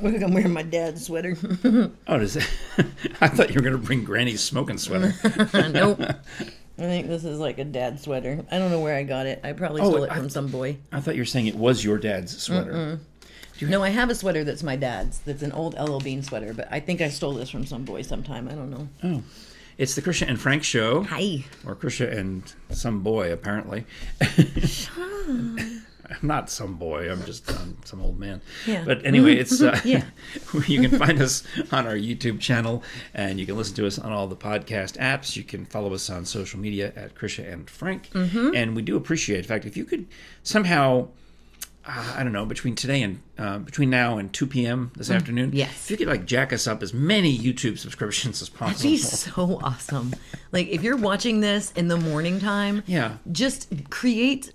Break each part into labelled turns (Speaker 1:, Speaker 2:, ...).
Speaker 1: Look, I'm wearing my dad's sweater.
Speaker 2: Oh, does it? I thought you were going to bring Granny's smoking sweater.
Speaker 1: nope. I think this is like a dad sweater. I don't know where I got it. I probably
Speaker 2: Oh,
Speaker 1: stole it
Speaker 2: I-
Speaker 1: from some boy.
Speaker 2: I thought you were saying it was your dad's sweater.
Speaker 1: No, I have a sweater that's my dad's. That's an old LL Bean sweater, but I think I stole this from some boy sometime. I don't know.
Speaker 2: Oh, it's the Krisha and Frank show,
Speaker 1: Hi.
Speaker 2: or Krisha and some boy apparently. I'm not some boy. I'm just um, some old man.
Speaker 1: Yeah.
Speaker 2: But anyway, it's uh,
Speaker 1: Yeah.
Speaker 2: you can find us on our YouTube channel, and you can listen to us on all the podcast apps. You can follow us on social media at Krisha and Frank,
Speaker 1: Mm-hmm.
Speaker 2: and we do appreciate. In fact, if you could somehow. uh, I don't know between today and uh, between now and 2 p.m. this afternoon.
Speaker 1: Mm, yes.
Speaker 2: if you could like jack us up as many YouTube subscriptions as possible.
Speaker 1: She's so awesome. Like if you're watching this in the morning time,
Speaker 2: Yeah.
Speaker 1: just create.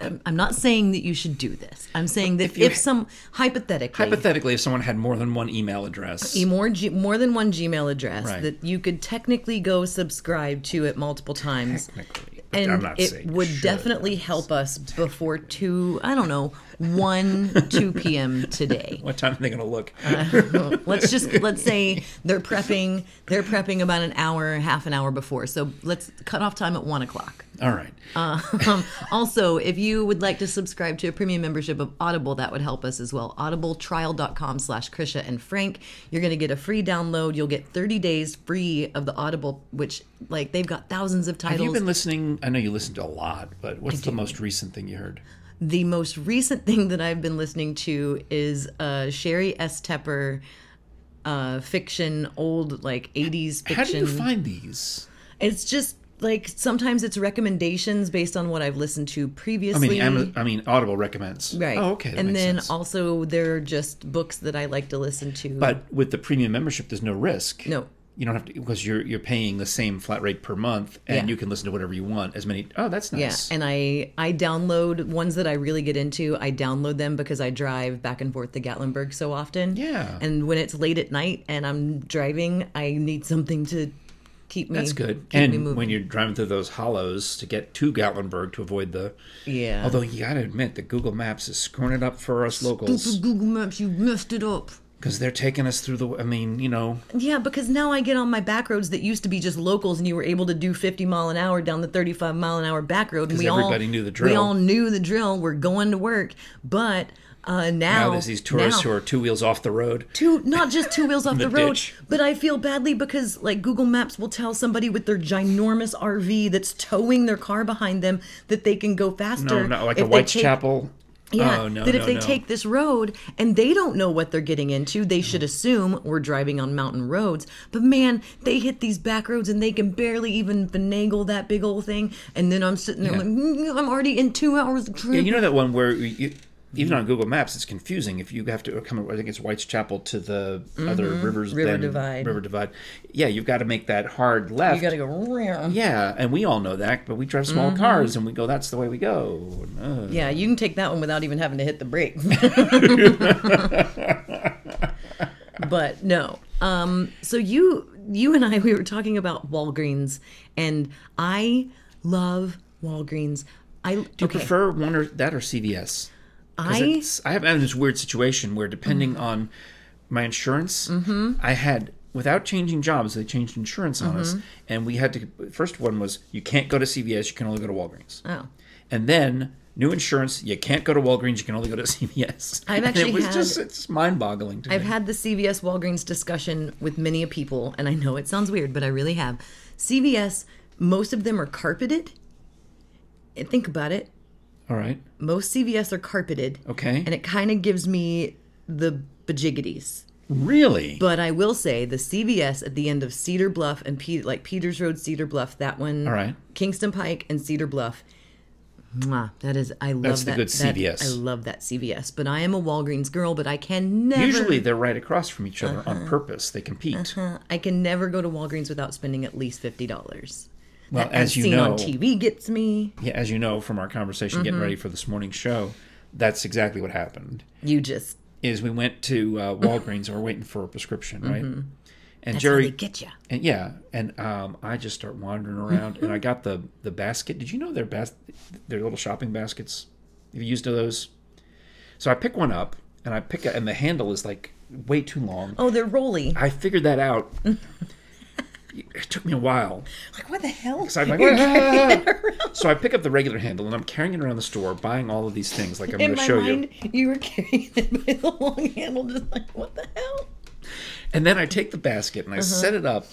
Speaker 1: I'm I'm not saying that you should do this. I'm saying that if,
Speaker 2: you-
Speaker 1: some hypothetically,
Speaker 2: Hypothetically, if someone had more than one email address,
Speaker 1: a more G, more than one Gmail address
Speaker 2: Right.
Speaker 1: that you could technically go subscribe to it multiple times.
Speaker 2: technically, but I'm
Speaker 1: and
Speaker 2: not
Speaker 1: it
Speaker 2: saying you
Speaker 1: would
Speaker 2: should.
Speaker 1: definitely help us before two. I don't know, one two p.m. today.
Speaker 2: What time are they going to look?
Speaker 1: Uh, let's just let's say they're prepping. They're prepping about an hour, half an hour before. So let's cut off time at one o'clock.
Speaker 2: All right.
Speaker 1: Um, also, if you would like to subscribe to a premium membership of Audible, that would help us as well. Audibletrial.com slash Krisha and Frank. You're going to get a free download. You'll get 30 days free of the Audible, which, like, they've got thousands of
Speaker 2: have you
Speaker 1: titles.
Speaker 2: been listening? I know you listened to a lot, but what's the most recent thing you heard?
Speaker 1: the most recent thing that I've been listening to is uh, Sherry S. Tepper uh, fiction, old, like, 80s fiction.
Speaker 2: How do you find these?
Speaker 1: it's just, like, sometimes it's recommendations based on what I've listened to
Speaker 2: I
Speaker 1: previously.
Speaker 2: mean, Ama- I mean, Audible recommends.
Speaker 1: Right.
Speaker 2: Oh, okay. That
Speaker 1: and
Speaker 2: makes
Speaker 1: then
Speaker 2: sense.
Speaker 1: also there are just books that I like to listen to.
Speaker 2: but with the premium membership, there's no risk.
Speaker 1: No.
Speaker 2: You don't have to because you're you're paying the same flat rate per month, and
Speaker 1: Yeah.
Speaker 2: you can listen to whatever you want. As many. Oh, that's
Speaker 1: yeah,
Speaker 2: nice.
Speaker 1: and I I download ones that I really get into. I download them because I drive back and forth to Gatlinburg so often.
Speaker 2: Yeah.
Speaker 1: And when it's late at night and I'm driving, I need something to keep me.
Speaker 2: that's good.
Speaker 1: Keep me
Speaker 2: And
Speaker 1: moving.
Speaker 2: when you're driving through those hollows to get to Gatlinburg to avoid the
Speaker 1: yeah.
Speaker 2: Although you gotta admit that Google Maps is screwing it up for us locals
Speaker 1: Google Maps, you messed it up.
Speaker 2: because they're taking us through the. I mean, you know,
Speaker 1: Yeah, because now I get on my back roads that used to be just locals, and you were able to do 50 mile an hour down the 35 mile an hour back road. And we
Speaker 2: everybody
Speaker 1: all
Speaker 2: knew the
Speaker 1: We
Speaker 2: drill.
Speaker 1: all knew the drill. We're going to work, but uh, now,
Speaker 2: now there's these tourists who are two wheels off the road.
Speaker 1: two, not just two wheels off the,
Speaker 2: the
Speaker 1: road,
Speaker 2: ditch.
Speaker 1: but I feel badly because like Google Maps will tell somebody with their ginormous RV that's towing their car behind them that they can go faster.
Speaker 2: No, no, like
Speaker 1: if
Speaker 2: a
Speaker 1: they take-
Speaker 2: Whitechapel.
Speaker 1: yeah,
Speaker 2: oh, no,
Speaker 1: that if
Speaker 2: no,
Speaker 1: they
Speaker 2: no.
Speaker 1: take this road and they don't know what they're getting into, they
Speaker 2: Mm-hmm.
Speaker 1: should assume we're driving on mountain roads. But man, they hit these back roads and they can barely even finagle that big old thing. And then I'm sitting there
Speaker 2: Yeah.
Speaker 1: like, "Mm, I'm already in two hours of
Speaker 2: Yeah,
Speaker 1: trip.
Speaker 2: you know that one where you, even
Speaker 1: Mm-hmm.
Speaker 2: on Google Maps it's confusing if you have to come. I think it's Whitechapel to the other rivers.
Speaker 1: Mm-hmm. River
Speaker 2: Bend-
Speaker 1: Divide.
Speaker 2: River Divide. Yeah, you've got to make that hard left.
Speaker 1: You gotta Mm-hmm. go. "Rear."
Speaker 2: Yeah, and we all know that, but we drive small cars and we go. That's the way we go. Ugh.
Speaker 1: Yeah, you can take that one without even having to hit the brake. but no. Um, so you you and I we were talking about Walgreens and I love Walgreens. I do
Speaker 2: Do you prefer one or that or CVS? 'Cause
Speaker 1: I Mm.
Speaker 2: it's- I have had this weird situation where depending on my insurance,
Speaker 1: Mm-hmm.
Speaker 2: I had without changing jobs, they changed insurance on us,
Speaker 1: Mm-hmm.
Speaker 2: and we had to. First one was you can't go to CVS, you can only go to Walgreens,
Speaker 1: oh.
Speaker 2: and then new insurance, you can't go to Walgreens, you can only go to CVS.
Speaker 1: I've
Speaker 2: And
Speaker 1: actually
Speaker 2: it was
Speaker 1: had-
Speaker 2: just it's mind boggling to
Speaker 1: I've
Speaker 2: me.
Speaker 1: had the CVS Walgreens discussion with many a people, and I know it sounds weird, but I really have. CVS, most of them are carpeted. And think about it.
Speaker 2: All right,
Speaker 1: Most CVS are carpeted.
Speaker 2: okay,
Speaker 1: And it kind of gives me the bejiggities.
Speaker 2: really,
Speaker 1: But I will say the CVS at the end of Cedar Bluff and Pe- like Peters Road, Cedar Bluff, that one.
Speaker 2: All right.
Speaker 1: Kingston Pike and Cedar Bluff. Mwah, that is, I love
Speaker 2: That's the
Speaker 1: that.
Speaker 2: good
Speaker 1: that-
Speaker 2: CVS.
Speaker 1: I love that CVS. But I am a Walgreens girl, but I can never. Uh-huh.
Speaker 2: usually they're right across from each other on purpose. They compete.
Speaker 1: I can never go to Walgreens without spending at least fifty dollars.
Speaker 2: Well, as you
Speaker 1: seen
Speaker 2: know,
Speaker 1: on TV gets me.
Speaker 2: Yeah, as you know from our conversation
Speaker 1: Mm-hmm.
Speaker 2: getting ready for this morning's show, that's exactly what happened.
Speaker 1: You just
Speaker 2: Is we went to uh, Walgreens and we're waiting for a prescription, right?
Speaker 1: Mm-hmm.
Speaker 2: And
Speaker 1: Jerry,
Speaker 2: Jerry,
Speaker 1: get you.
Speaker 2: and yeah, and um, I just start wandering around, and I got the the basket. Did you know their bas- their little shopping baskets? Have you used those? So I pick one up, and I pick it, and the handle is like way too long.
Speaker 1: Oh, they're roly.
Speaker 2: I figured that out. it took me a while.
Speaker 1: Like what the hell?
Speaker 2: So I'm like, "Ah." so I pick up the regular handle and I'm carrying it around the store, buying all of these things. Like I'm going
Speaker 1: In
Speaker 2: to
Speaker 1: my
Speaker 2: show you.
Speaker 1: mind, you. were carrying it by the long handle, just like what the hell?
Speaker 2: And then I take the basket and I set it up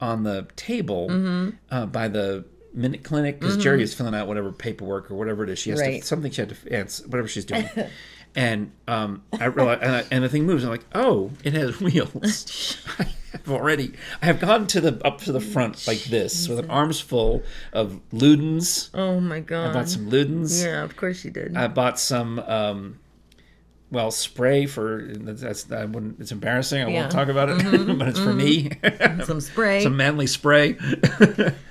Speaker 2: on the table uh, by the minute clinic because Jerry is filling out whatever paperwork or whatever it is she has
Speaker 1: Right.
Speaker 2: to something she had to answer whatever she's doing. and um, I realize and, I, and the thing moves. I'm like, oh, it has wheels. I have already. I have gone to the up to the front like this with an arms full of Ludens.
Speaker 1: Oh my god.
Speaker 2: I bought some Ludens.
Speaker 1: yeah, of course you did.
Speaker 2: I bought some, um, well, spray for that's I wouldn't. It's embarrassing. I
Speaker 1: Yeah.
Speaker 2: won't talk about it, but it's for me.
Speaker 1: some spray.
Speaker 2: some manly spray,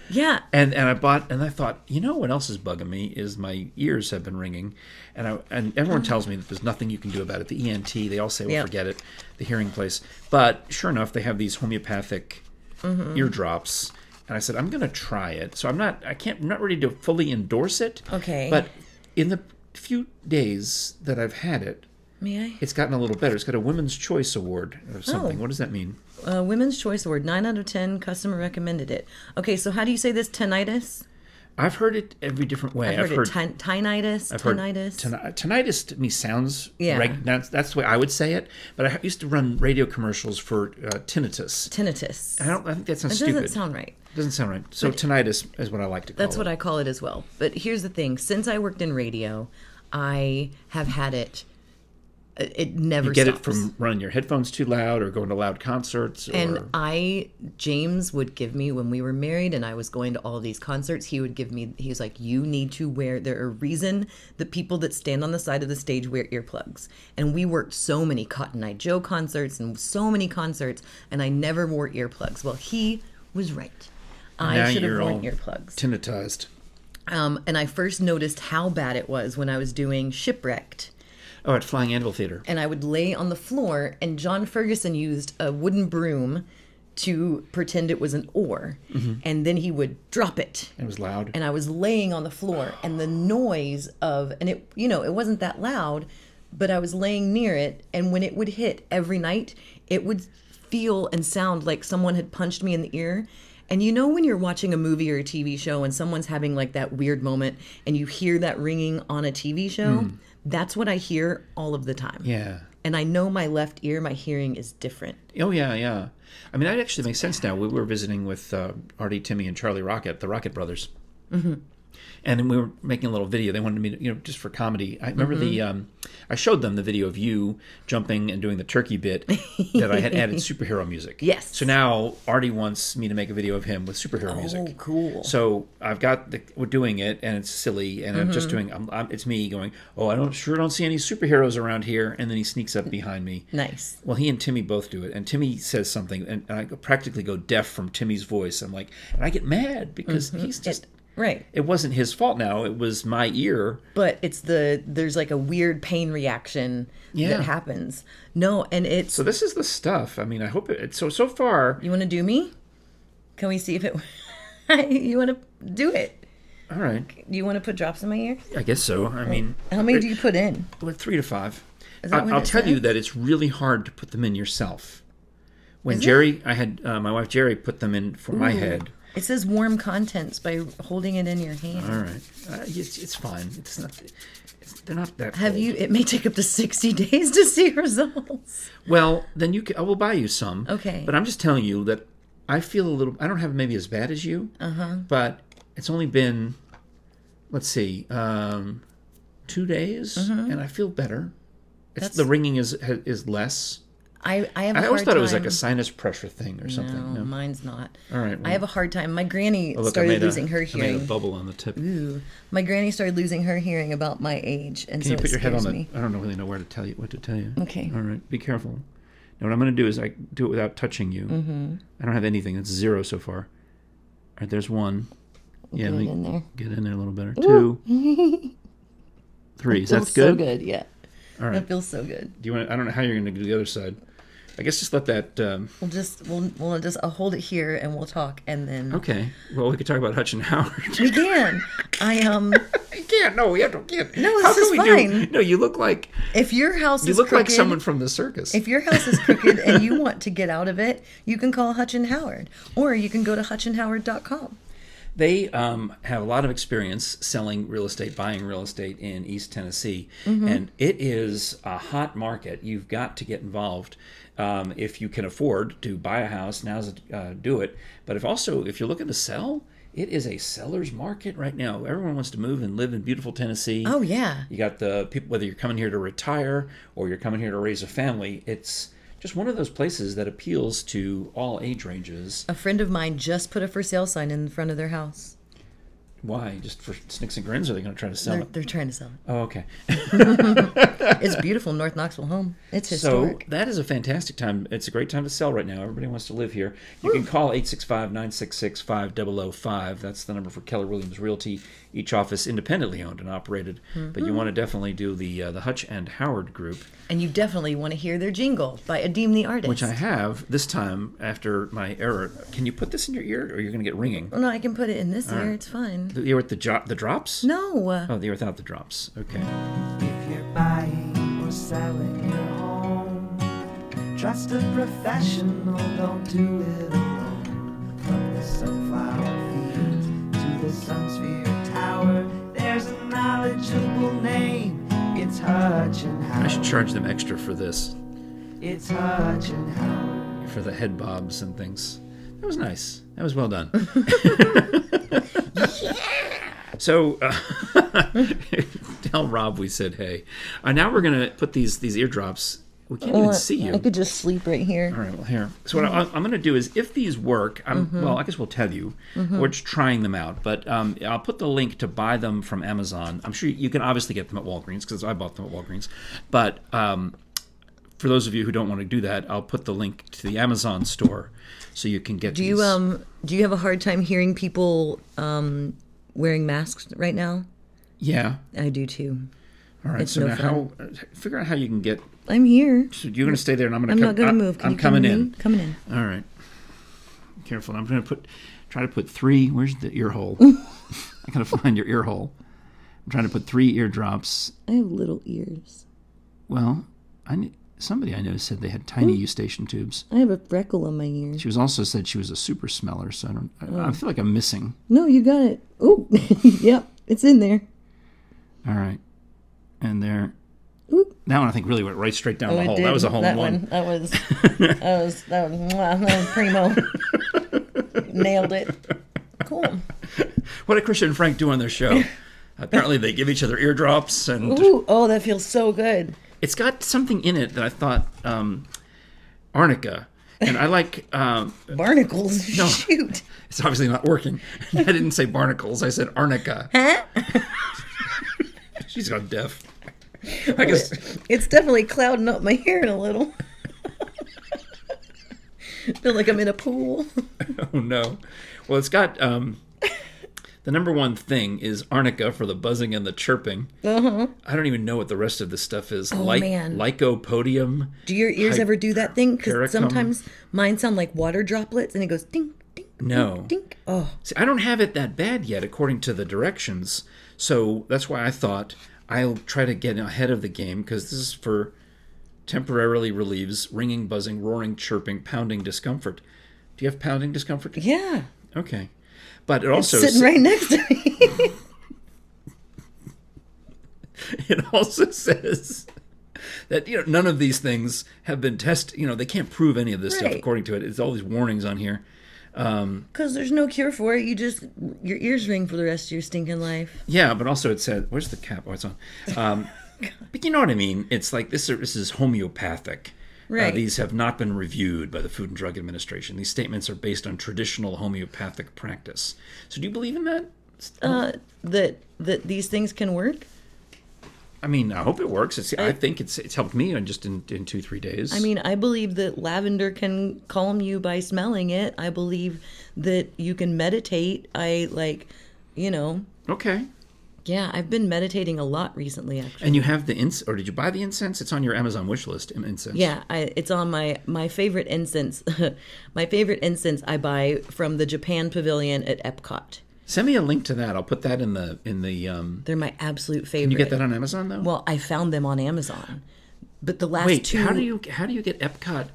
Speaker 1: yeah.
Speaker 2: and and I bought and I thought, you know what else is bugging me is my ears have been ringing, and I and everyone tells me that there's nothing you can do about it. The ENT, they all say, well,
Speaker 1: Yeah.
Speaker 2: forget it, the hearing place. But sure enough, they have these homeopathic
Speaker 1: Mm-hmm.
Speaker 2: ear drops. And I said, I'm going to try it. So I'm not, I can't, I'm not ready to fully endorse it.
Speaker 1: Okay.
Speaker 2: But in the few days that I've had it,
Speaker 1: May
Speaker 2: it's gotten a little better. It's got a Women's Choice Award or something.
Speaker 1: Oh.
Speaker 2: What does that mean?
Speaker 1: I? Uh, Women's Choice Award, nine out of ten. Customer recommended it. Okay, so how do you say this? Tinnitus.
Speaker 2: I've heard it every different way.
Speaker 1: I've heard, it. Tin- tinnitus.
Speaker 2: I've heard
Speaker 1: tinnitus.
Speaker 2: toni- tinnitus to me sounds
Speaker 1: Yeah.
Speaker 2: reg- that's, that's the way I would say it. But I ha- used to run radio commercials for uh, tinnitus.
Speaker 1: tinnitus.
Speaker 2: I don't. I think that sounds
Speaker 1: It
Speaker 2: stupid.
Speaker 1: doesn't sound right.
Speaker 2: Doesn't sound right. So tinnitus is what I like to call
Speaker 1: That's what I call it as well. But here's the thing: since I worked in radio, I have had it. It it never
Speaker 2: Get it
Speaker 1: stops.
Speaker 2: from running your headphones too loud or going to loud concerts. Or,
Speaker 1: And I, James would give me when we were married and I was going to all these concerts, he would give me, he was like, You need to wear, there are reason the people that stand on the side of the stage wear earplugs. And we worked so many Cotton Eye Joe concerts and so many concerts, and I never wore earplugs. Well, he was right.
Speaker 2: Now
Speaker 1: I should have
Speaker 2: you're
Speaker 1: worn
Speaker 2: all
Speaker 1: earplugs.
Speaker 2: tinnitized.
Speaker 1: Um, and I first noticed how bad it was when I was doing Shipwrecked
Speaker 2: Oh, at Flying Anvil Theater.
Speaker 1: and I would lay on the floor. And John Ferguson used a wooden broom to pretend it was an oar, and then he would drop it.
Speaker 2: It was loud.
Speaker 1: And I was laying on the floor, and the noise of and it you know it wasn't that loud, but I was laying near it, and when it would hit every night, it would feel and sound like someone had punched me in the ear. And you know when you're watching a movie or a TV show and someone's having like that weird moment and you hear that ringing on a TV show? That's what I hear all of the time
Speaker 2: yeah.
Speaker 1: and I know my left ear, my hearing is different.
Speaker 2: Oh yeah, yeah. I mean, that actually makes sense now. We were visiting with uh, Artie, Timmy, and Charlie Rocket, the Rocket Brothers, mm-hmm. and we were making a little video. They wanted me to, you know, just for comedy. I remember the,
Speaker 1: Mm-hmm.
Speaker 2: um, I showed them the video of you jumping and doing the turkey bit that I had added superhero music.
Speaker 1: Yes.
Speaker 2: So now Artie wants me to make a video of him with superhero music.
Speaker 1: Oh, cool.
Speaker 2: So I've got the, we're doing it, and it's silly, and I'm just
Speaker 1: Mm-hmm.
Speaker 2: doing. I'm, I'm, it's me going. Oh, I don't sure don't see any superheroes around here, and then he sneaks up behind me.
Speaker 1: Nice.
Speaker 2: Well, he and Timmy both do it, and Timmy says something, and, and I practically go deaf from Timmy's voice. I'm like, and I get mad because
Speaker 1: Mm-hmm.
Speaker 2: he's just. It,
Speaker 1: Right.
Speaker 2: wasn't his fault now. It was my ear.
Speaker 1: But it's the there's like a weird pain reaction
Speaker 2: Yeah.
Speaker 1: that happens. No, and it's
Speaker 2: So this is the stuff. I mean, I hope it. it- So so far,
Speaker 1: you want to do me? Can we see if it you want to do it?
Speaker 2: all right.
Speaker 1: Do you want to put drops in my ear?
Speaker 2: I guess so. I mean,
Speaker 1: How many do you put in?
Speaker 2: Well, three to five.
Speaker 1: Is that
Speaker 2: I,
Speaker 1: what
Speaker 2: I'll
Speaker 1: it
Speaker 2: tell you
Speaker 1: says?
Speaker 2: that it's really hard to put them in yourself. When Jerry, I had uh, my wife Jerry put them in for
Speaker 1: Mm.
Speaker 2: my head.
Speaker 1: It says warm contents by holding it in your hand.
Speaker 2: All right, uh, it's, it's fine. It's not. It's, they're not that.
Speaker 1: Have
Speaker 2: cold.
Speaker 1: you? It may take up to sixty days to see results.
Speaker 2: Well, then you. Can, I will buy you some.
Speaker 1: Okay.
Speaker 2: But I'm just telling you that I feel a little. I don't have maybe as bad as you. Uh
Speaker 1: Uh-huh.
Speaker 2: huh. But it's only been, let's see, um, two days,
Speaker 1: Uh-huh.
Speaker 2: and I feel better. It's the ringing is is less.
Speaker 1: I I have. a
Speaker 2: I always
Speaker 1: hard
Speaker 2: thought it was
Speaker 1: time-
Speaker 2: like a sinus pressure thing or something.
Speaker 1: No,
Speaker 2: No.
Speaker 1: mine's not.
Speaker 2: All right.
Speaker 1: I
Speaker 2: well,
Speaker 1: have a hard time. My granny
Speaker 2: look, I
Speaker 1: started
Speaker 2: made a-
Speaker 1: losing her
Speaker 2: I made a
Speaker 1: hearing.
Speaker 2: bubble on the tip. Can
Speaker 1: Ooh, my granny started losing her hearing about my age, and so
Speaker 2: you
Speaker 1: it
Speaker 2: put your head on
Speaker 1: scares
Speaker 2: it?
Speaker 1: me.
Speaker 2: I don't know really know where to tell you what to tell you.
Speaker 1: Okay.
Speaker 2: All right. Be careful. Now what I'm going to do is I do it without touching you. Mm-hmm. I don't have anything. That's zero so far. All right. There's one. Yeah.
Speaker 1: Put
Speaker 2: let
Speaker 1: it
Speaker 2: me
Speaker 1: in there.
Speaker 2: get in there a little better. Two. Three. Is that
Speaker 1: Feels
Speaker 2: good?
Speaker 1: So good, yeah.
Speaker 2: All right.
Speaker 1: That feels so good.
Speaker 2: Do you want? I don't know how you're going to do the other side. I guess just let that. Um,
Speaker 1: We'll just we'll we'll just I'll hold it here and we'll talk and then
Speaker 2: okay. Well, we could talk about Hutch and Howard.
Speaker 1: we can. I um
Speaker 2: you can't. No, we have to. we Can't.
Speaker 1: No,
Speaker 2: How
Speaker 1: this is
Speaker 2: can we Do,
Speaker 1: fine.
Speaker 2: no, you look like
Speaker 1: if your house
Speaker 2: you
Speaker 1: is
Speaker 2: look
Speaker 1: crooked,
Speaker 2: like someone from the circus.
Speaker 1: if your house is crooked and you want to get out of it, you can call Hutch and Howard or you can go to hutchandhoward.com.
Speaker 2: They um, have a lot of experience selling real estate, buying real estate in East Tennessee, and it is a hot market. You've got to get involved um, if you can afford to buy a house. Now's the uh, do it. But if also if you're looking to sell, it is a seller's market right now. Everyone wants to move and live in beautiful Tennessee.
Speaker 1: Oh yeah.
Speaker 2: You got the people whether you're coming here to retire or you're coming here to raise a family. It's just one of those places that appeals to all age ranges.
Speaker 1: A friend of mine just put a for sale sign in front of their house.
Speaker 2: Why? Just for snicks and grins? Are they going to try to sell
Speaker 1: They're,
Speaker 2: it?
Speaker 1: they're trying to sell it.
Speaker 2: Oh, okay.
Speaker 1: It's beautiful, North Knoxville home. It's
Speaker 2: So
Speaker 1: historic.
Speaker 2: that is a fantastic time. It's a great time to sell right now. Everybody wants to live here. You can call 865-966-5005. That's the number for Keller Williams Realty. Each office independently owned and operated. But you want to definitely do the uh, the Hutch and Howard group,
Speaker 1: and you definitely want to hear their jingle by Adeem the Artist.
Speaker 2: which I have this time after my error. Can you put this in your ear or you're going to get ringing?
Speaker 1: no, I can put it in this ear. It's fine.
Speaker 2: The ear with the, jo- the drops?
Speaker 1: No.
Speaker 2: Oh, the ear without the drops. Okay.
Speaker 3: If you're buying or selling your home, trust a professional, don't do it alone. From the sunflower fields to the sunsphere tower, there's a knowledgeable name. It's Hutch and
Speaker 2: I should
Speaker 3: Howard.
Speaker 2: charge them extra for this,
Speaker 3: It's Hutch and Howard.
Speaker 2: for the head bobs and things. That was nice. That was well done. So uh, tell Rob we said hey. Uh, now we're gonna put these these eardrops. We can't even see you.
Speaker 1: I could just sleep right here.
Speaker 2: All right, well here. So what I, I'm gonna do is if these work, I'm
Speaker 1: Mm-hmm.
Speaker 2: well. I guess we'll tell you. We're just trying them out, but um, I'll put the link to buy them from Amazon. I'm sure you can obviously get them at Walgreens because I bought them at Walgreens, but um, for those of you who don't want to do that, I'll put the link to the Amazon store so you can get.
Speaker 1: Do you
Speaker 2: these.
Speaker 1: um do you have a hard time hearing people um wearing masks right now?
Speaker 2: Yeah.
Speaker 1: I do too.
Speaker 2: All right.
Speaker 1: it's
Speaker 2: So
Speaker 1: no
Speaker 2: now how figure out how you can get.
Speaker 1: I'm here.
Speaker 2: So you're gonna stay there, and I'm gonna.
Speaker 1: I'm
Speaker 2: come,
Speaker 1: not gonna
Speaker 2: I-
Speaker 1: move. Can
Speaker 2: I'm
Speaker 1: you come
Speaker 2: coming
Speaker 1: with
Speaker 2: in.
Speaker 1: me? Coming in.
Speaker 2: All right. Careful. I'm going to put try to put three. Where's the ear hole? I got to find your ear hole. I'm trying to put three eardrops.
Speaker 1: I have little ears.
Speaker 2: Well, I kn- somebody I know said they had tiny eustachian tubes.
Speaker 1: I have a freckle on my ear.
Speaker 2: She was also said she was a super smeller, so I don't. I, I feel like I'm missing.
Speaker 1: No, you got it. Ooh, yep, it's in there.
Speaker 2: All right, and there.
Speaker 1: Oop. Oh,
Speaker 2: That one I think really went right straight down the hole. That was a hole in one.
Speaker 1: That was that was that was, mwah, that was primo. Nailed it. Cool.
Speaker 2: What did Christian and Frank do on their show? Apparently, they give each other eardrops and.
Speaker 1: Ooh, oh, that feels so good.
Speaker 2: it's got something in it that I thought um, arnica, and I like. Um,
Speaker 1: Barnacles. Shoot.
Speaker 2: it's obviously not working. I didn't say barnacles. I said arnica.
Speaker 1: Huh?
Speaker 2: She's gone deaf. I guess
Speaker 1: It's definitely clouding up my hearing a little. Feel like I'm in a pool.
Speaker 2: Oh no. Well, it's got um, the number one thing is arnica for the buzzing and the chirping. I don't even know what the rest of this stuff is. Oh
Speaker 1: Mm-hmm. man.
Speaker 2: Lycopodium.
Speaker 1: Do your ears
Speaker 2: Hy-
Speaker 1: ever do that thing?
Speaker 2: Caricum.
Speaker 1: Because sometimes mine sound like water droplets, and it goes ding, ding,
Speaker 2: No.
Speaker 1: dink. Oh,
Speaker 2: See, I don't have it that bad yet, according to the directions. So that's why I thought I'll try to get ahead of the game because this is for temporarily relieves ringing, buzzing, roaring, chirping, pounding discomfort. Do you have pounding discomfort?
Speaker 1: yeah.
Speaker 2: Okay, but it also
Speaker 1: Sitting right next to me.
Speaker 2: it also says that you know none of these things have been tested. You know they can't prove any of this stuff
Speaker 1: Right.
Speaker 2: according to it. It's all these warnings on here.
Speaker 1: Because there's no cure for it. You just, your ears ring for the rest of your stinking life.
Speaker 2: Yeah, but also it said, "Where's the cap? Oh, it's on." Um, but you know what I mean. It's like this. This is homeopathic. Uh,
Speaker 1: Right.
Speaker 2: these have not been reviewed by the Food and Drug Administration. These statements are based on traditional homeopathic practice. So, do you believe in that?
Speaker 1: Uh, that that these things can work.
Speaker 2: I mean, I hope it works. It's, I, think it's it's helped me in just in, in two three days.
Speaker 1: I mean, I believe that lavender can calm you by smelling it. I believe that you can meditate. I like, you know,
Speaker 2: okay.
Speaker 1: Yeah, I've been meditating a lot recently, actually.
Speaker 2: And you have the incense, or did you buy the incense? It's on your Amazon wish list. in- Incense.
Speaker 1: Yeah, I, it's on my my favorite incense. my favorite incense I buy from the Japan Pavilion at Epcot.
Speaker 2: Send me a link to that. I'll put that in the in the. Um,
Speaker 1: They're my absolute favorite.
Speaker 2: you get that on Amazon though.
Speaker 1: Well, I found them on Amazon, but the last
Speaker 2: Wait,
Speaker 1: two.
Speaker 2: how do you how do you get Epcot?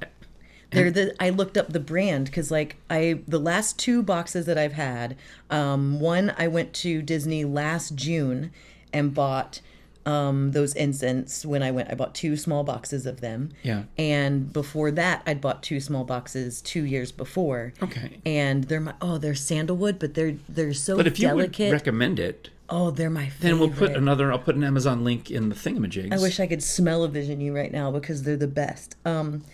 Speaker 1: They're the I looked up the brand because like I the last two boxes that I've had, um, one I went to Disney last June and bought um, those incense when I went. I bought two small boxes of them.
Speaker 2: Yeah.
Speaker 1: And before that, I'd bought two small boxes two years before.
Speaker 2: Okay.
Speaker 1: And they're my oh they're sandalwood, but they're they're so
Speaker 2: But if you
Speaker 1: delicate.
Speaker 2: would recommend it,
Speaker 1: oh, they're my favorite.
Speaker 2: then we'll put another. I'll put an Amazon link in the thingamajigs.
Speaker 1: I wish I could smell a vision you right now because they're the best. Um,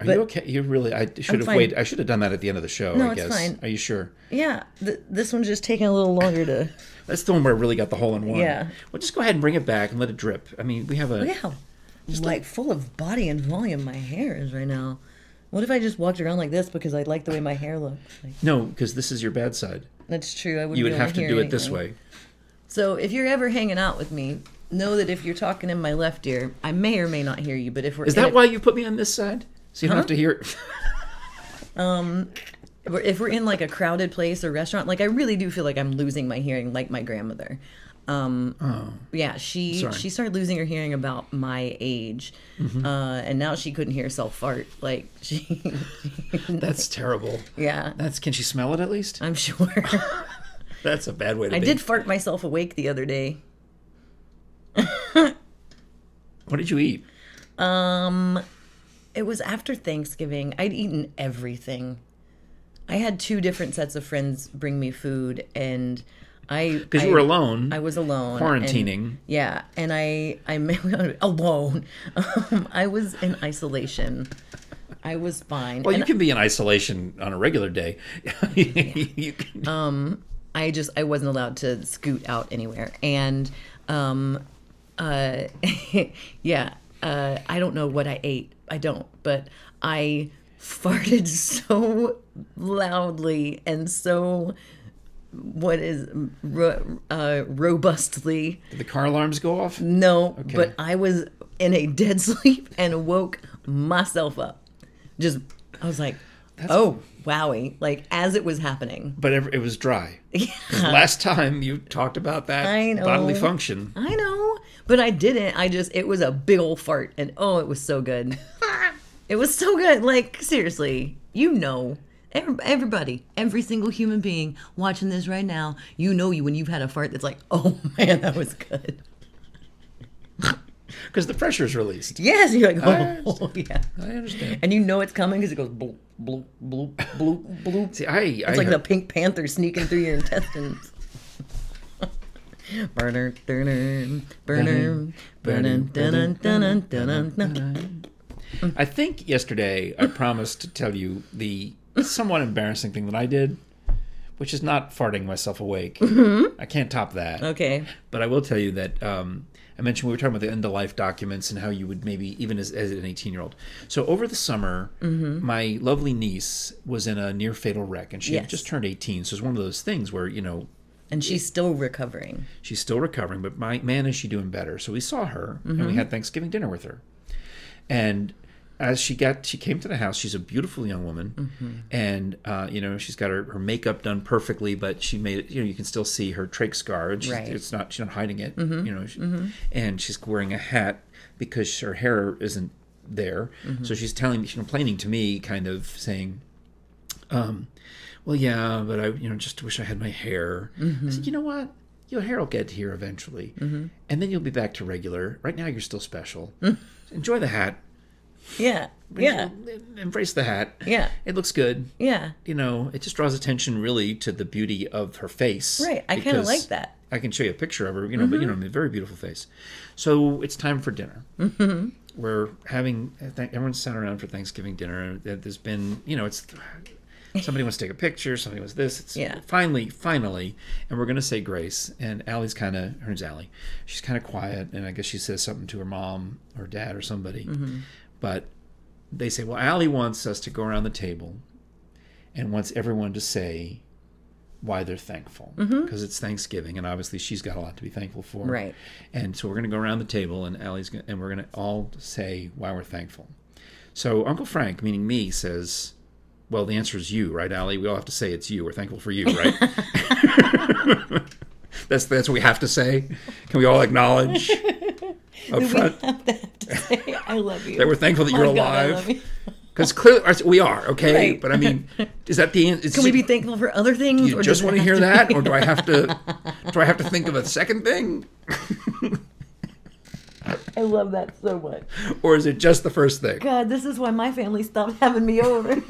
Speaker 2: Are you okay? You really? I should have
Speaker 1: fine.
Speaker 2: waited. I should have done that at the end of the show.
Speaker 1: No,
Speaker 2: I
Speaker 1: it's
Speaker 2: guess.
Speaker 1: fine.
Speaker 2: Are you sure?
Speaker 1: yeah, th- this one's just taking a little longer to.
Speaker 2: That's the one where I really got the hole in one.
Speaker 1: Yeah. Oh,
Speaker 2: Well, just go ahead and bring it back and let it drip. I mean, we have a.
Speaker 1: Look at how like full of body and volume my hair is right now. What if I just walked around like this because I like the way my hair looks? Like,
Speaker 2: No, because this is your bad side.
Speaker 1: that's true. I wouldn't
Speaker 2: You
Speaker 1: be
Speaker 2: would
Speaker 1: able
Speaker 2: have to
Speaker 1: hear
Speaker 2: do it this
Speaker 1: anything.
Speaker 2: way.
Speaker 1: So if you're ever hanging out with me, know that if you're talking in my left ear, I may or may not hear you. But if we're
Speaker 2: Is
Speaker 1: in
Speaker 2: that
Speaker 1: a,
Speaker 2: why you put me on this side? So you don't have to hear.
Speaker 1: we're- if we're in like a crowded place or restaurant, like I really do feel like I'm losing my hearing, like my grandmother. Um, yeah, she
Speaker 2: Oh. Sorry. Mm-hmm.
Speaker 1: she started losing her hearing about my age, uh, and now she couldn't hear herself fart. Like she,
Speaker 2: That's terrible.
Speaker 1: yeah,
Speaker 2: That's. Can she smell it at least?
Speaker 1: I'm sure.
Speaker 2: That's a bad way to
Speaker 1: I
Speaker 2: be.
Speaker 1: did fart myself awake the other day.
Speaker 2: What did you eat?
Speaker 1: It was after Thanksgiving. I'd eaten everything. I had two different sets of friends bring me food, and I
Speaker 2: Because you
Speaker 1: I-
Speaker 2: were alone.
Speaker 1: I was alone, and-
Speaker 2: Quarantining.
Speaker 1: yeah, and I I alone. Um, I was in isolation. I was fine.
Speaker 2: Well,
Speaker 1: and
Speaker 2: you can be in isolation on a regular day. you can,
Speaker 1: I just I wasn't allowed to scoot out anywhere, and um, uh, yeah, uh, I don't know what I ate. I don't, but I farted so loudly and so what is ro- uh, robustly.
Speaker 2: Did the car alarms go off?
Speaker 1: No, but I was in a dead sleep and woke myself up. Just I was like, oh wowie, like as it was happening.
Speaker 2: But ev- it was dry. Last time you talked about that
Speaker 1: Uh-huh. I know.
Speaker 2: bodily function.
Speaker 1: I know, but I didn't. I just it was a big old fart, and oh, it was so good. it was so good. Like seriously, you know, Every- everybody, every single human being watching this right now, you know, you when you've had a fart that's like, oh man, that was good.
Speaker 2: Because the pressure is released.
Speaker 1: Yes, you're like,
Speaker 2: I
Speaker 1: oh, yeah,
Speaker 2: I understand.
Speaker 1: and you know it's coming because it goes bloop bloop bloop bloop bloop.
Speaker 2: See, I, I
Speaker 1: It's like the
Speaker 2: heard-
Speaker 1: Pink Panther sneaking through your intestines. Burner, burner, burner, burner, dun, dun, dun, dun, dun.
Speaker 2: I think yesterday I promised to tell you the somewhat embarrassing thing that I did, which is not farting myself awake. I can't top that.
Speaker 1: Mm-hmm. Okay.
Speaker 2: But I will tell you that um, I mentioned we were talking about the end of life documents and how you would maybe even as, as an eighteen year old. So over the summer,
Speaker 1: Mm-hmm.
Speaker 2: my lovely niece was in a near fatal wreck, and she had
Speaker 1: Yes.
Speaker 2: just turned eighteen. So it's one of those things where you know
Speaker 1: And she's still recovering.
Speaker 2: She's still recovering, but my man, is she doing better? So we saw her and we had Thanksgiving dinner with her. And as she got, she came to the house. She's a beautiful young woman, and uh, you know she's got her, her makeup done perfectly, but she made it. You know you can still see her trach scar, and she's,
Speaker 1: Right.
Speaker 2: it's not she's not hiding it. You know, she, and she's wearing a hat because her hair isn't there. So she's telling, she's complaining to me, kind of saying, well yeah but i you know just wish i had my hair i
Speaker 1: Mm-hmm.
Speaker 2: said you know what your hair will get here eventually and then you'll be back to regular right now you're still special enjoy the hat
Speaker 1: Yeah. Mm-hmm. Yeah.
Speaker 2: embrace the hat
Speaker 1: Yeah.
Speaker 2: it looks good
Speaker 1: Yeah.
Speaker 2: you know it just draws attention really to the beauty of her face
Speaker 1: Right. I kinda
Speaker 2: because
Speaker 1: like that.
Speaker 2: i can show you a picture of her you know but you know a very beautiful face so it's time for dinner we're having I think everyone's sat around for Thanksgiving dinner. There's been you know it's somebody wants to take a picture, somebody wants this. It's
Speaker 1: Yeah.
Speaker 2: finally, finally, and we're gonna say grace. And Allie's kind of her name's Allie. She's kind of quiet, and I guess she says something to her mom or dad or somebody. But they say, well, Allie wants us to go around the table and wants everyone to say why they're thankful because it's Thanksgiving, and obviously she's got a lot to be thankful for.
Speaker 1: Mm-hmm. Right.
Speaker 2: And so we're going to go around the table, and Allie's gonna, and we're going to all say why we're thankful. So Uncle Frank, meaning me, says, "Well, the answer is you, right, Allie? We all have to say it's you. We're thankful for you, right?" that's that's what we have to say. Can we all acknowledge up front
Speaker 1: I love you.
Speaker 2: that we're thankful that you're
Speaker 1: Oh, God, I love
Speaker 2: alive?
Speaker 1: you.
Speaker 2: Because clearly we are, okay.
Speaker 1: Right.
Speaker 2: But I mean, is that the answer?
Speaker 1: Can we be thankful for other things?
Speaker 2: you
Speaker 1: or does
Speaker 2: just
Speaker 1: it
Speaker 2: want to
Speaker 1: have
Speaker 2: hear
Speaker 1: be-
Speaker 2: that, or do I have to? Do I have to think of a second thing,
Speaker 1: I love that so much.
Speaker 2: or is it just the first thing?
Speaker 1: God, this is why my family stopped having me over.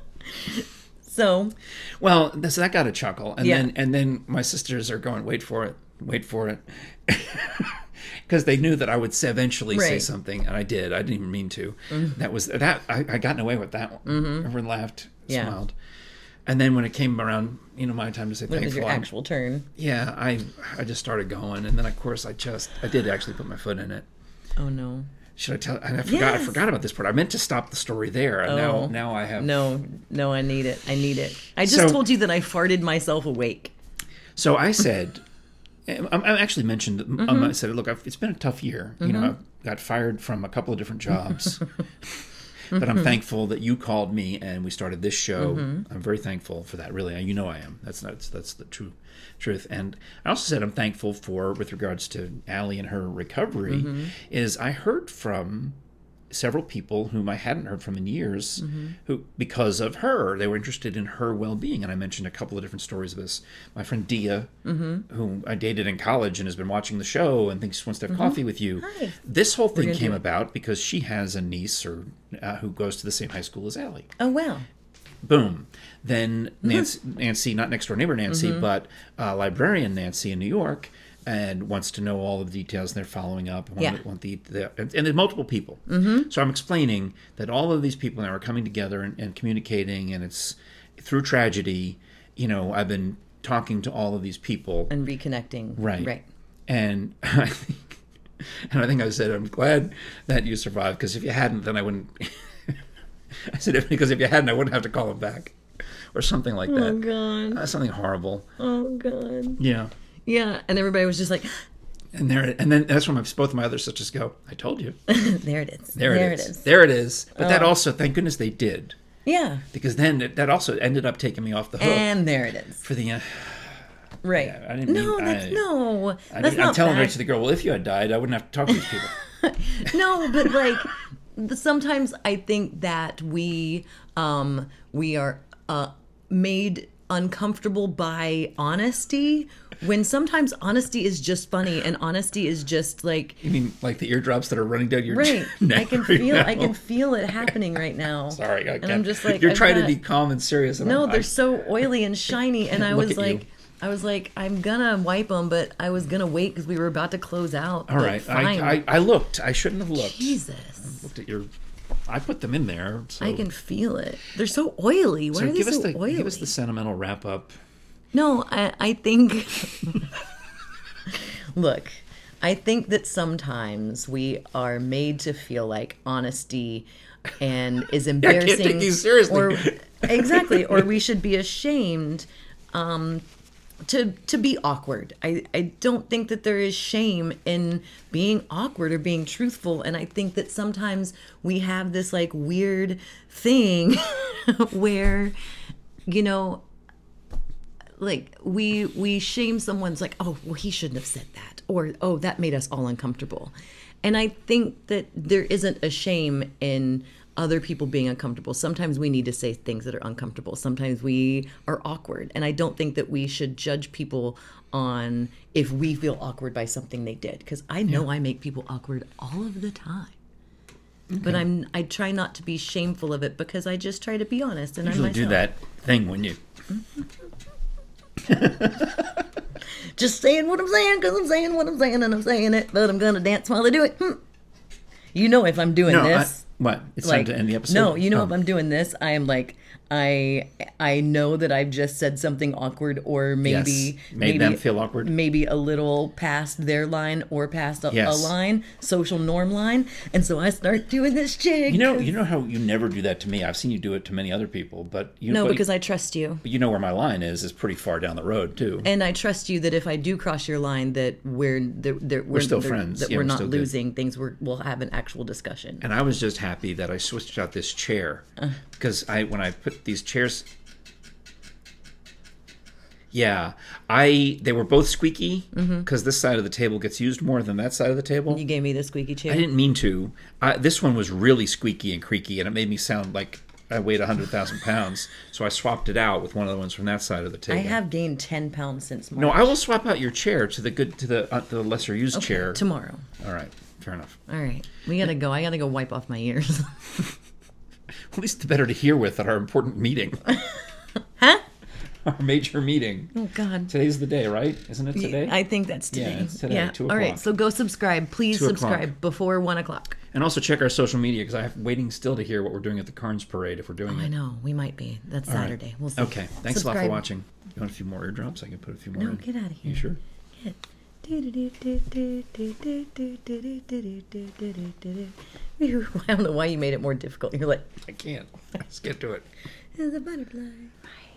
Speaker 1: so,
Speaker 2: Well, th- so that got a chuckle, and
Speaker 1: Yeah.
Speaker 2: then and then my sisters are going, wait for it, wait for it, because they knew that I would say, eventually say
Speaker 1: Right.
Speaker 2: something, and I did. I didn't even mean to. That was that. I, I gotten away with that one. Everyone laughed,
Speaker 1: Yeah.
Speaker 2: smiled, and then when it came around, you know, my time to say
Speaker 1: when was
Speaker 2: thankful.
Speaker 1: your
Speaker 2: I'm-
Speaker 1: actual turn?
Speaker 2: yeah, I I just started going, and then of course I just I did actually put my foot in it.
Speaker 1: Oh no,
Speaker 2: Should I tell? And I forgot. I
Speaker 1: Yes.
Speaker 2: forgot about this part. I meant to stop the story there, and now
Speaker 1: Oh.
Speaker 2: now I have
Speaker 1: no, no! I need it. I need it. I just
Speaker 2: So-
Speaker 1: told you that I farted myself awake.
Speaker 2: So I said, I I actually mentioned,
Speaker 1: Mm-hmm.
Speaker 2: um, I said, look, I've, it's been a tough year. You know, I've got fired from a couple of different jobs. But
Speaker 1: Mm-hmm.
Speaker 2: I'm thankful that you called me and we started this show. I'm very thankful for that. Really, you know I am. That's that's that's the true truth. And I also said I'm thankful for, with regards to Allie and her recovery,
Speaker 1: Mm-hmm.
Speaker 2: is I heard from several people whom I hadn't heard from in years,
Speaker 1: Mm-hmm.
Speaker 2: who because of her they were interested in her well-being. And I mentioned a couple of different stories of this. My friend Dia,
Speaker 1: Mm-hmm.
Speaker 2: whom I dated in college and has been watching the show and thinks she wants to have coffee with you.
Speaker 1: Mm-hmm. Hi.
Speaker 2: This whole thing
Speaker 1: gonna
Speaker 2: came
Speaker 1: do it.
Speaker 2: about because she has a niece or uh, who goes to the same high school as Allie.
Speaker 1: Oh wow,
Speaker 2: Boom. Then Nancy, Nancy not next door neighbor Nancy, but uh, librarian Nancy in New York, and wants to know all the details. And they're following up. And want,
Speaker 1: Yeah.
Speaker 2: want the, the and there's multiple people. Mm-hmm. So I'm explaining that all of these people now are coming together and, and communicating, and it's through tragedy. You know, I've been talking to all of these people,
Speaker 1: and reconnecting.
Speaker 2: Right.
Speaker 1: right.
Speaker 2: and I think, and I think I said, I'm glad that you survived because if you hadn't, then I wouldn't. I said "If- because if you hadn't, I wouldn't have to call him back, or something like that.
Speaker 1: Oh god.
Speaker 2: Uh, something horrible.
Speaker 1: Oh god.
Speaker 2: Yeah.
Speaker 1: Yeah, and everybody was just like,
Speaker 2: And there, and then that's when my, both my other sisters go. I told you.
Speaker 1: "There it is. Oh.
Speaker 2: There, it is. There it is. But that also, thank goodness they did,
Speaker 1: Yeah,
Speaker 2: because then it, that also ended up taking me off the hook
Speaker 1: and there it is.
Speaker 2: for the. Uh,
Speaker 1: Right.
Speaker 2: I didn't
Speaker 1: no,
Speaker 2: mean-
Speaker 1: that's
Speaker 2: I-
Speaker 1: no.
Speaker 2: I
Speaker 1: that's
Speaker 2: didn't-
Speaker 1: not
Speaker 2: I'm telling
Speaker 1: bad.
Speaker 2: right to the girl. Well, if you had died, I wouldn't have to talk to these people.
Speaker 1: no but like th- sometimes i think that we um we are uh made uncomfortable by honesty when sometimes honesty is just funny and honesty is just like
Speaker 2: You mean like the eardrops that are running down your
Speaker 1: right
Speaker 2: neck
Speaker 1: i can
Speaker 2: right
Speaker 1: feel i
Speaker 2: now?
Speaker 1: can feel it happening right now
Speaker 2: Sorry, I
Speaker 1: and i'm
Speaker 2: can't-
Speaker 1: just like
Speaker 2: you're
Speaker 1: I've
Speaker 2: trying
Speaker 1: got-
Speaker 2: to be calm and serious. And
Speaker 1: no
Speaker 2: I'm,
Speaker 1: they're so oily and shiny and i
Speaker 2: look
Speaker 1: was
Speaker 2: at you.
Speaker 1: like i was like i'm gonna wipe them but i was gonna wait because we were about to close out
Speaker 2: I, all right.
Speaker 1: fine.
Speaker 2: I, I I looked. I shouldn't have looked.
Speaker 1: jesus
Speaker 2: Looked at your. I put them in there. So.
Speaker 1: I can feel it. They're so oily. Why
Speaker 2: So
Speaker 1: are they
Speaker 2: give us
Speaker 1: so
Speaker 2: the
Speaker 1: oily?
Speaker 2: give us the sentimental wrap up.
Speaker 1: No, I, I think. Look, I think that sometimes we are made to feel like honesty and is
Speaker 2: can't
Speaker 1: embarrassing.
Speaker 2: take you seriously.
Speaker 1: Or, exactly, or we should be ashamed um, to to be awkward. I, I don't think that there is shame in being awkward or being truthful, and I think that sometimes we have this like weird thing where you know like we we shame someone's like oh well he shouldn't have said that or oh that made us all uncomfortable and i think that there isn't a shame in other people being uncomfortable sometimes we need to say things that are uncomfortable sometimes we are awkward and i don't think that we should judge people on if we feel awkward by something they did because i know i make people awkward all of the time But I'm I try not to be shameful of it because I just try to be honest and
Speaker 2: Usually
Speaker 1: I'm
Speaker 2: do
Speaker 1: myself.
Speaker 2: that thing when you.
Speaker 1: Just saying what I'm saying, because I'm saying what I'm saying, and I'm saying it, but I'm gonna dance while I do it. Hmm. You know if I'm doing
Speaker 2: No, I,
Speaker 1: this.
Speaker 2: What? It's
Speaker 1: like
Speaker 2: time to end the episode.
Speaker 1: no you know
Speaker 2: Oh.
Speaker 1: if i'm doing this i am like i i know that i've just said something awkward or maybe
Speaker 2: Yes. Made
Speaker 1: maybe,
Speaker 2: them feel awkward.
Speaker 1: maybe a little past their line or past a, a
Speaker 2: Yes.
Speaker 1: line social norm line and so i start doing this jig
Speaker 2: You know, you know how you never do that to me. I've seen you do it to many other people, but you
Speaker 1: no
Speaker 2: but-
Speaker 1: because i trust you
Speaker 2: but you know where my line is is pretty far down the road too.
Speaker 1: and I trust you that if I do cross your line, that we're that, that we're,
Speaker 2: still
Speaker 1: that-
Speaker 2: friends.
Speaker 1: That
Speaker 2: Yeah,
Speaker 1: we're
Speaker 2: we're
Speaker 1: not
Speaker 2: still good.
Speaker 1: losing things. We're, we'll have an actual discussion.
Speaker 2: and I was just happy that I switched out this chair
Speaker 1: Uh.
Speaker 2: because I when I put these chairs yeah I they were both squeaky because this side of the table gets used more than that side of the table
Speaker 1: Mm-hmm. you gave me the squeaky chair.
Speaker 2: I didn't mean to I, this one was really squeaky and creaky and it made me sound like I weighed 100,000 pounds so I swapped it out with one of the ones from that side of the
Speaker 1: I
Speaker 2: table
Speaker 1: have gained ten pounds since March.
Speaker 2: no I will swap out your chair to the good to the uh, the lesser used chair
Speaker 1: tomorrow.
Speaker 2: all right fair enough
Speaker 1: All right, we gotta go. I gotta go wipe off my ears.
Speaker 2: At least the better to hear with at our important meeting. huh? Our major meeting.
Speaker 1: oh God.
Speaker 2: Today's the day, right? Isn't it today?
Speaker 1: I think that's today.
Speaker 2: it's today, two
Speaker 1: All right.
Speaker 2: o'clock.
Speaker 1: So go subscribe. Please
Speaker 2: Two o'clock.
Speaker 1: subscribe before one o'clock.
Speaker 2: and also check our social media because I'm waiting still to hear what we're doing at the Carnes Parade if we're doing
Speaker 1: Oh, I
Speaker 2: it.
Speaker 1: know we might be. That's
Speaker 2: All right.
Speaker 1: Saturday. We'll see.
Speaker 2: Okay. Thanks a lot
Speaker 1: Subscribe.
Speaker 2: for watching. You want a few more eardrops? I can put a few more
Speaker 1: No,
Speaker 2: in.
Speaker 1: get out of here.
Speaker 2: You sure?
Speaker 1: I don't know why you made it more difficult. You're like,
Speaker 2: I can't. Let's get to it.
Speaker 1: the butterfly. Bye.